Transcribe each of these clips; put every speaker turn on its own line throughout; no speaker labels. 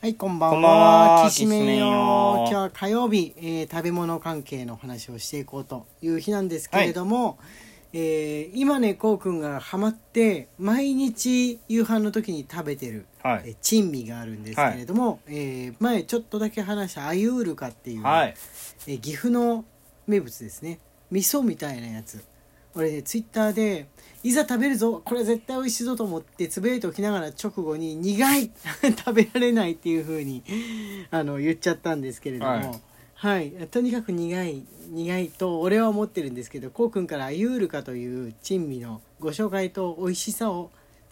はい、こんばんは。
こんばんは
きしめんよ。
きしめんよ
今日は火曜日、えー食べ物関係の話をしていこうという日なんですけれども、えー今ね、こうくんがハマって、毎日夕飯の時に食べてる、
は
え
い
ー珍味があるんですけれども、えー前ちょっとだけ話したアユールカっていう、
はい
えー岐阜の名物ですね味噌みたいなやつ俺ねツイッターで「いざ食べるぞこれ絶対美味しいぞ」と思ってつぶやいておきながら直後に「苦い 食べられない」っていう風にあの言っちゃったんですけれども。は
はいい
とにかく苦い苦いと俺は思ってるんですけどこうくんからアユールカという珍味のご紹介と美味しさを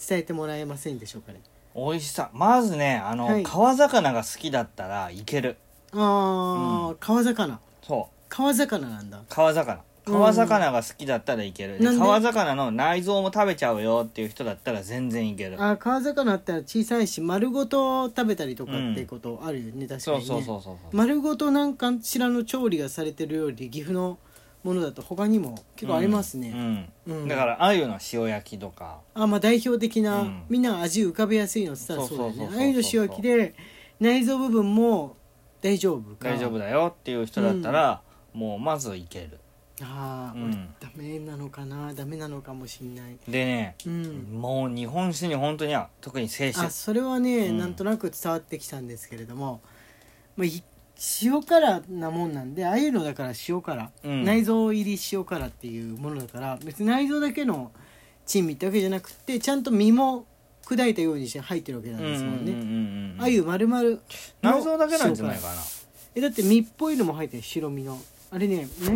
伝えてもらえませんでしょうかね
美味しさまずねあの、
はい
川魚が好きだったらいける
ああ、川魚
そう
川魚なんだ
川魚
うん
川魚が好きだったらいける、で
なんで
川魚の内臓も食べちゃうよっていう人だったら全然いける
あー川魚あったら小さいし丸ごと食べたりとかってことあるよね、確か
そ
に
う
ね
そうそうそうそう、
丸ごとなんかしらの調理がされてる料理岐阜のものだと他にも結構ありますね、
うん、うん
うん
だからあゆの塩焼きとか
あまあ代表的な、
うん
みんな味浮かべやすいのって言ったらそうだよ
そう
ね
そうそうそう
あゆの塩焼きで内臓部分も大丈夫か
大丈夫だよっていう人だったら、もうまずいける
ああ、
うん
俺ダメなのかなダメなのかもしんない
でね、
うん
もう日本酒に本当に合う特に清酒
あそれはね、
うん
なんとなく伝わってきたんですけれども、まあ、い塩辛なもんなんでああいうのだから塩辛、
うん
内臓入り塩辛っていうものだから別に内臓だけの珍味ってわけじゃなくてちゃんと身も砕いたようにして入ってるわけなんですもんねあゆ丸々の
内臓だけなんじゃないか
塩辛
な
えだって身っぽいのも入ってる白身のあれね内臓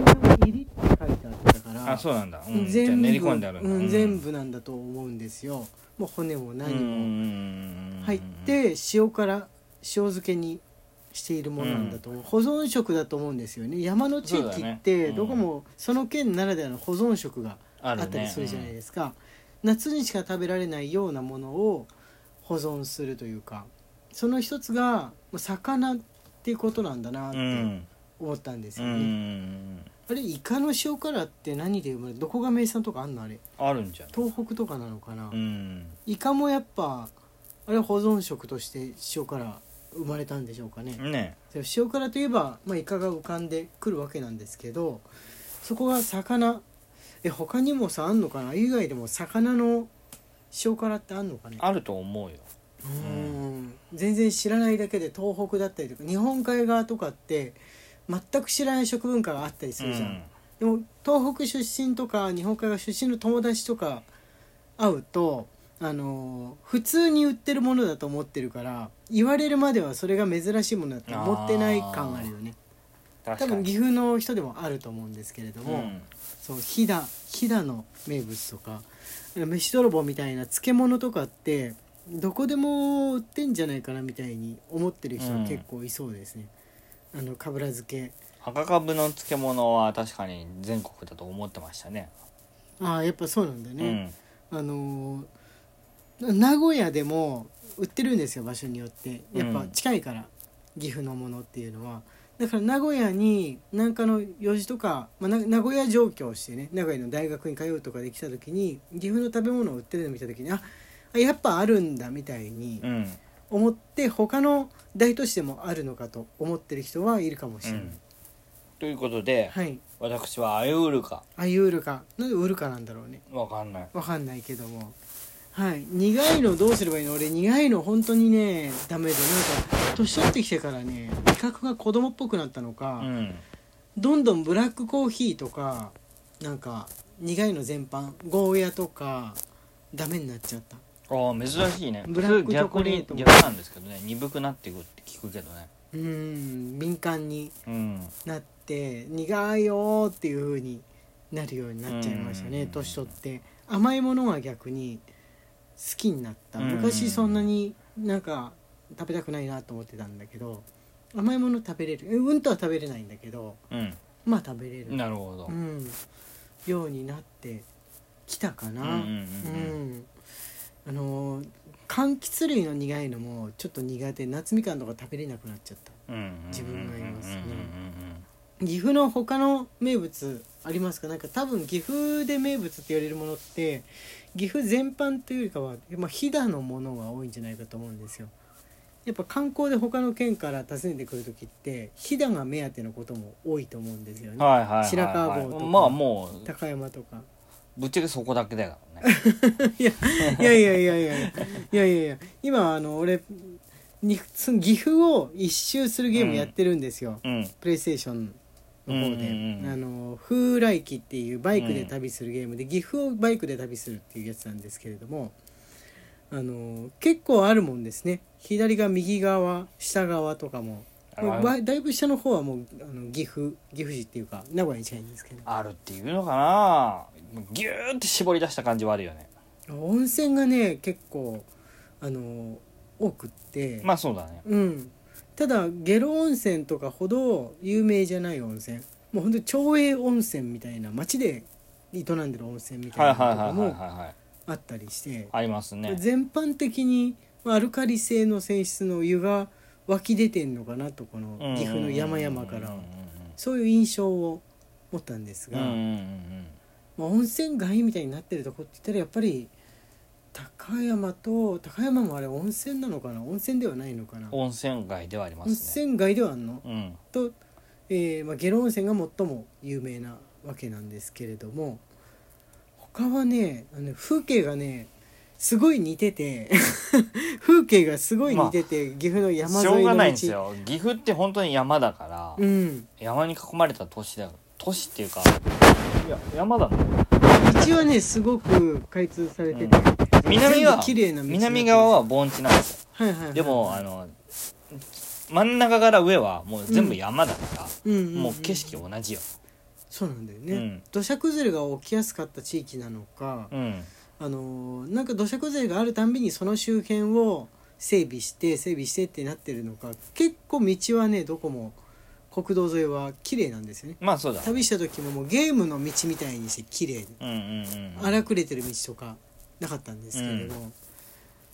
入りって書いてあったから
あそうなんだ、うん、じゃあ
全部
練り込んであるんだ、
うん全部なんだと思うんですよもう骨も何も、
も
入って塩から塩漬けにしているものなんだと思う、保存食だと思うんですよね山の地
そう
域
だ
っ
ね
て
うん
どこもその県ならではの保存食が
あ
あ
るね
ったりするじゃないですか、夏にしか食べられないようなものを保存するというかその一つがもう魚っていうことなんだなっ
う
て
ん
思ったんです
うんう
よ
んう
ね、
ん
あれイカの塩辛って何で生まれどこが名産とかあんのあれ
あるんじゃん
東北とかなのかな、
うん
イカもやっぱあれ保存食として塩辛生まれたんでしょうかね、
ね
でも塩辛といえば、まあ、イカが浮かんでくるわけなんですけどそこが魚え他にもさあんのかな以外でも魚の塩辛ってあんのかね
あると思うよ
うん全然知らないだけで東北だったりとか日本海側とかって全く知らない食文化があったりするじゃん、でも東北出身とか日本海側出身の友達とか会うと、あのー普通に売ってるものだと思ってるから言われるまではそれが珍しいものだと思ってない感あるよね
うん、
多分岐阜の人でもあると思うんですけれども、
うん
そう飛騨飛騨の名物とか飯泥棒みたいな漬物とかってどこでも売ってんじゃないかなみたいに思ってる人は結構いそうですね、あのかぶら漬け
赤かぶの漬物は確かに全国だと思ってましたね
ああやっぱそうなんだね、あのーな名古屋でも売ってるんですよ場所によってやっぱ
うん
近いから、岐阜のものっていうのはだから名古屋に何かの用事とか、まあ、な名古屋上京してね名古屋の大学に通うとかできた時に岐阜の食べ物を売ってるの見た時にああやっぱあるんだみたいに
うん、うん
思って、他の大都市でもあるのかと思ってる人はいるかもし
う
れない、
ん、ということで、
はい
私はアユールか
あいう売るかなんで売るかなんだろうね
わかんない
わかんないけどもはい苦いのどうすればいいの俺苦いの本当にねダメでなんか年取ってきてからね味覚が子供っぽくなったの
う
か、
ん
どんどんブラックコーヒーとかなんか苦いの全般ゴーヤとかダメになっちゃった
ああ珍しいね
ブラックチョコレート
普通逆に逆なんですけどね鈍くなっていくって聞くけどね
うーん敏感に
うん
なって苦いよーっていう風になるようになっちゃいました
う
ね
ん
年取って甘いものが逆に好きになった
うん
昔そんなになんか食べたくないなと思ってたんだけど甘いもの食べれるえうんとは食べれないんだけど
うん
まあ食べれる、
なるほど、
うん、ようになってきたかな
うんうんうんうん
うんあのー柑橘類の苦いのもちょっと苦手夏みかんとか食べれなくなっちゃった自分がいますね岐阜の他の名物ありますかなんか多分岐阜で名物って言われるものって岐阜全般というよりかは、まあ、飛騨のものが多いんじゃないかと思うんですよやっぱ観光で他の県から訪ねてくる時って飛騨が目当てのことも多いと思うんですよね、
はいはいはい、はい、
白川郷とか
まあもう
高山とか
ぶっちゃけそこだけだからね
いやいやいやいやいやいやいやいや今あの俺にその岐阜を一周するゲームやってるんですよ、
うん
プレイステーションの
うんう
方で、
んうん
あの風来機っていうバイクで旅するゲームで、岐阜をバイクで旅するっていうやつなんですけれどもあの結構あるもんですね左側右側下側とかも
あ
もう
の
ばだいぶ下の方はもうあの岐阜岐阜市っていうか名古屋に近いんですけど
あるっていうのかなギューって絞り出した感じはあるよね
温泉がね結構あの多くって、
まあそうだね
うん、ただ下呂温泉とかほど有名じゃない温泉もう本当に町営温泉みたいな町で営んでる温泉みた
はいい
な
はいはい
のとか
はい
も
はいはい
あったりして
ありますね
全般的にまあアルカリ性の泉質のお湯が湧き出てんのかなとこの岐阜の山々から
うんうん
そういう印象を持ったんです
う
が、
んうんうんうんうん
まあ、温泉街みたいになってるとこって言ったらやっぱり高山と高山もあれ温泉なのかな温泉ではないのかな温
温泉街ではありますね
泉街ではあんの
うん
と、えーまあ、下呂温泉が最も有名なわけなんですけれども他はねあの風景がねすごい似てて 風景がすごい似てて、岐阜の山
し
沿
ょ
いう
が
の
ないん
道
ですよ岐阜って本当に山だから、
うん
山に囲まれた都市だよ都市っていうかいや山だもん
道はねすごく開通されてて、
うん南
全
は
部綺麗な道になってる
南側は盆地なんですよ
はいはいはい
でもあの真ん中から上はもう全部山だから、
うんうんん
もう景色同じよ、
そうなんだよね、
うん
土砂崩れが起きやすかった地域なのか、
うん、
あのーなんか土砂崩れがあるたんびにその周辺を整備して整備してってなってるのか結構道はねどこも国道沿いは綺麗なんですよね
まあそうだ
旅した時ももうゲームの道みたいにして綺麗で
うんうんうんうん
荒くれてる道とかなかったんですけれど、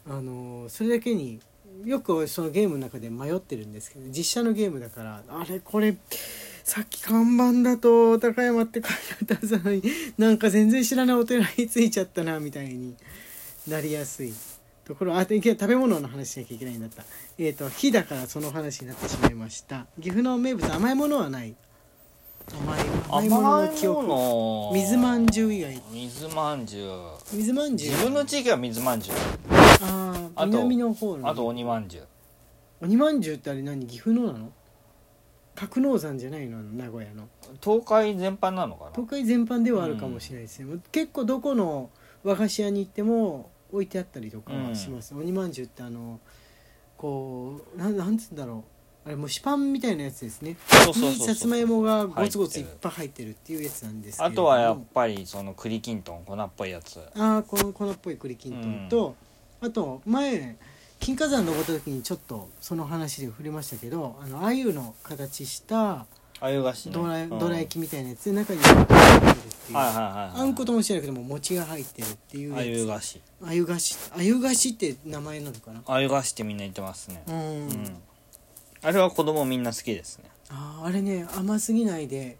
あのーそれだけによくそのゲームの中で迷ってるんですけど実写のゲームだからあれこれさっき看板だと高山って書いてあったのになんか全然知らないお寺に着いちゃったなみたいになりやすいところあでいけ食べ物の話しなきゃいけないんだったえっ、と火だからその話になってしまいました岐阜の名物甘いものはない甘い甘いものの記憶
の
水まんじゅう以外
水まんじゅう
水まんじゅう
自分の地域は水まんじゅう
あ
あ
あ
と
南の方の
あと鬼まんじゅう
鬼まんじゅうってあれ何岐阜のなの格納山じゃないの名古屋の
東海全般なのかな
東海全般ではあるかもしれないですね、結構どこの和菓子屋に行っても置いてあったりとかはします、鬼まんじゅうってあのこうなんなんつうんだろうあれ蒸しパンみたいなやつですね
そうそうそう
に
そう
さつまいもがゴツゴツ
入
いっ
ってる
ぱい入ってるっていうやつなんですけ
あ
れど
と
も
はやっぱりその栗きんとん粉っぽいやつ
ああこの粉っぽい栗きんとんと、あと前金華山登った時にちょっとその話で触れましたけどあの鮎の形した
あゆがしね
どら,、
うん
どら焼きみたいなやつで中に入ってるっていう、
はいはいはいはい
あんこともしてなくても餅が入ってるってい
あゆ
うや
がし
つ鮎菓子鮎菓子って名前なのかな
あゆがしってみんな言ってますね
うん、
うんあれは子供みんな好きですね
あーあれね甘すぎないで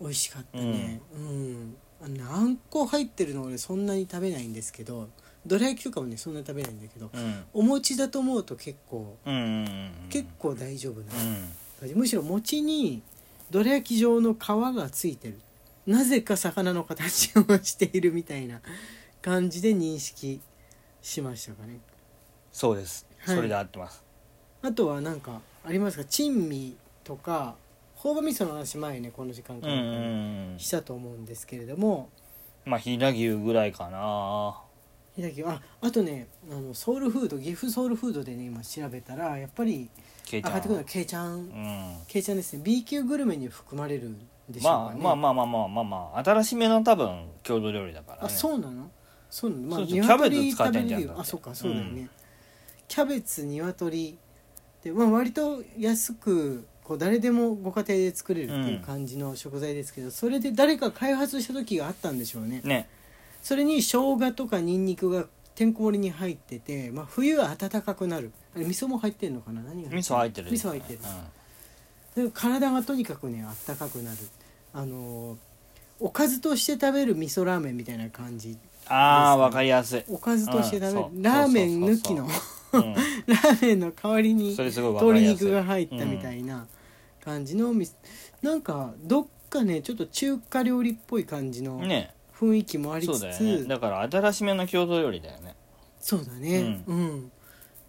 美味しかったねうん、あのねあんこ入ってるの俺そんなに食べないんですけどどら焼きとかもねそんなに食べないんだけど
うん
お餅だと思うと結構
うんうんうんうん
結構大丈夫な
うん
感じむしろ餅にどら焼き状の皮がついてるなぜか魚の形をしているみたいな感じで認識しましたかね
そうです
はい
それで合ってます
あとは何かありますか珍味とか朴葉味噌の話前ねこの時間
う
か
んう
ら
んうん
したと思うんですけれども
まあ飛騨牛ぐらいかな
ひだきああとねあのソウルフード岐阜ソウルフードでね今調べたらやっぱり
ケ
上
イち
が
ゃ
っ
ん
てくるのはケイちゃん
うん
ケイちゃんですね B 級グルメに含まれるんでしょ
ま
うか
あ
ね
まあまあまあまあまあまあ新しめの多分郷土料理だからね
あそうなのそうなの、まあ、
そうそう
鶏
キャベツ使ってんじゃん
食べれるよ
だって
あそうかそうだよね、キャベツ鶏で、まあ、割と安くこう誰でもご家庭で作れるっていう感じの食材ですけど、それで誰か開発した時があったんでしょうね
ね
それに生姜とかニンニクがてんこ盛りに入ってて、まあ、冬は暖かくなるあれ味噌も入ってるのかな何が
味噌入ってる
味噌入ってる、で体がとにかくねあったかくなるあのーおかずとして食べる味噌ラーメンみたいな感じ
ああわかりやすい
おかずとして食べる、
うんそう
ラーメン抜きの
うん
ラーメンの代わり に
それすごいわか
鶏
りやすい
肉が入ったみたいな感じのお店、なんかどっかねちょっと中華料理っぽい感じの
ね
雰囲気もあり
そう
つ
だ
つ
よねだから新しめの郷土料理だよね
そうだねうん、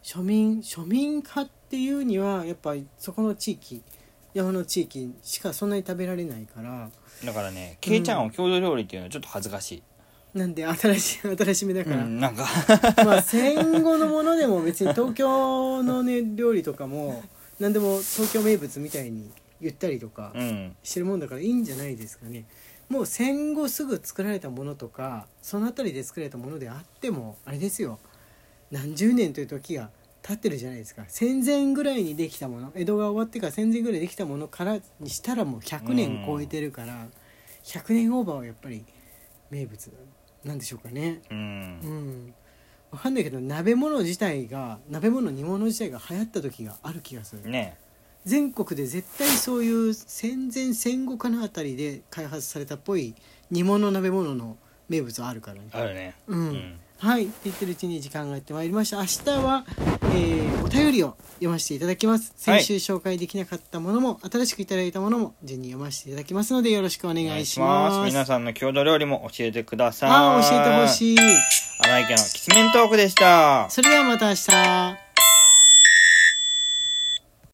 庶民庶民派っていうにはやっぱりそこの地域山の地域しかそんなに食べられないから
だからねけいちゃんを郷土料理っていうのはちょっと恥ずかしい、
なんで新しい 新しめだ
う
から、
ん、なんか
まあ戦後のものでも別に東京のね料理とかも何でも東京名物みたいに言ったりとか
うん
してるもんだからいいんじゃないですかねもう戦後すぐ作られたものとかその辺りで作られたものであってもあれですよ何十年という時が経ってるじゃないですか戦前ぐらいにできたもの江戸が終わってから戦前ぐらいできたものからにしたらもう100年超えてるから100年オーバーはやっぱり名物なんでしょうかね。
う
うんん、わかんないけど鍋物自体が鍋物煮物自体が流行った時がある気がする
ね
全国で絶対そういう戦前戦後かなあたりで開発されたっぽい煮物鍋物の名物あるからね
あるね
うん、
うん
はいって言ってるうちに時間がやってまいりました明日は、えーお便りを読ませていただきます
はい
先週紹介できなかったものも、新しくいただいたものも順に読ませていただきますのでよろしくお願
お願
い
い
し
し
ま
ますす皆さんの郷土料理も教えてください
ああ教えてほ
い
しい
荒井家のきつめんトークでした
それではまた明日